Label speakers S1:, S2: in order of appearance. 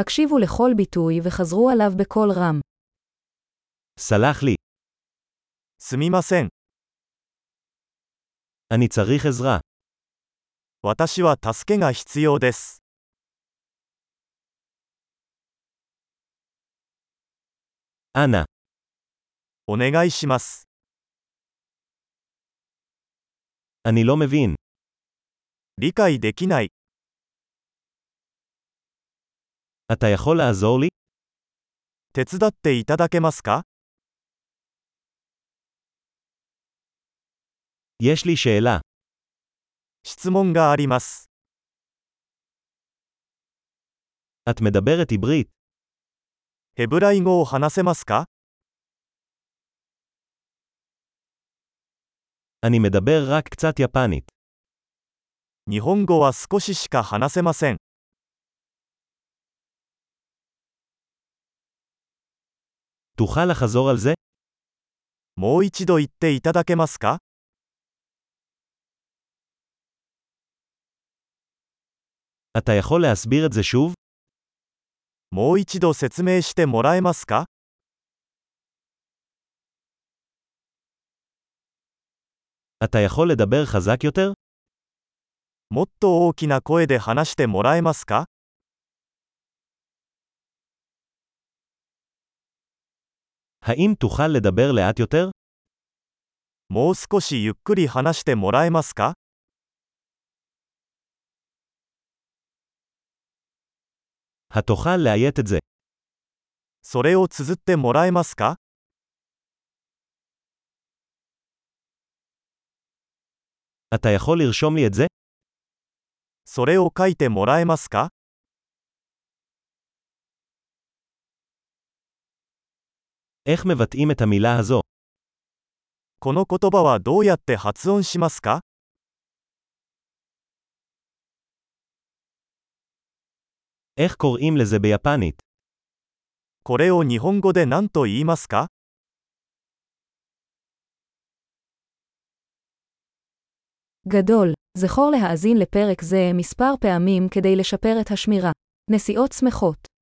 S1: הקשיבו לכל ביטוי וחזרו עליו בקול רם.
S2: סלח לי.
S3: すみません。
S2: אני צריך עזרה.
S3: 私は助けが必要です。
S2: אנא,
S3: お願いします。
S2: אני לא מבין.
S3: 理解できない。
S2: אתה יכול לעזור לי?
S3: 手伝っていただけますか
S2: יש לי שאלה.
S3: 質問があります。
S2: את מדברת עברית.
S3: ヘブライ語を話せますか
S2: אני מדבר רק קצת יפנית.
S3: 日本語は少ししか話せません。
S2: תוכל לחזור על זה?
S3: もう一度言っていただけますか
S2: אתה יכול להסביר את זה שוב?
S3: もう一度説明してもらえますか
S2: אתה יכול לדבר חזק יותר?
S3: もっと大きな声で話してもらえますか
S2: האם תוכל לדבר לאט יותר?
S3: もう少しゆっくり話してもらえますか
S2: התוכל לאיית את זה.
S3: それを綴ってもらえますか
S2: אתה יכול לרשום לי את זה?
S3: それを書いてもらえますか
S2: איך מבטאים את המילה הזו?
S3: この言葉はどうやって発音しますか
S2: איך קוראים לזה ביפנית?
S3: これを日本語で何と言いますか
S1: גדול. זכור להאזין לפרק זה מספר פעמים כדי לשפר את השמירה. נסיעות שמחות.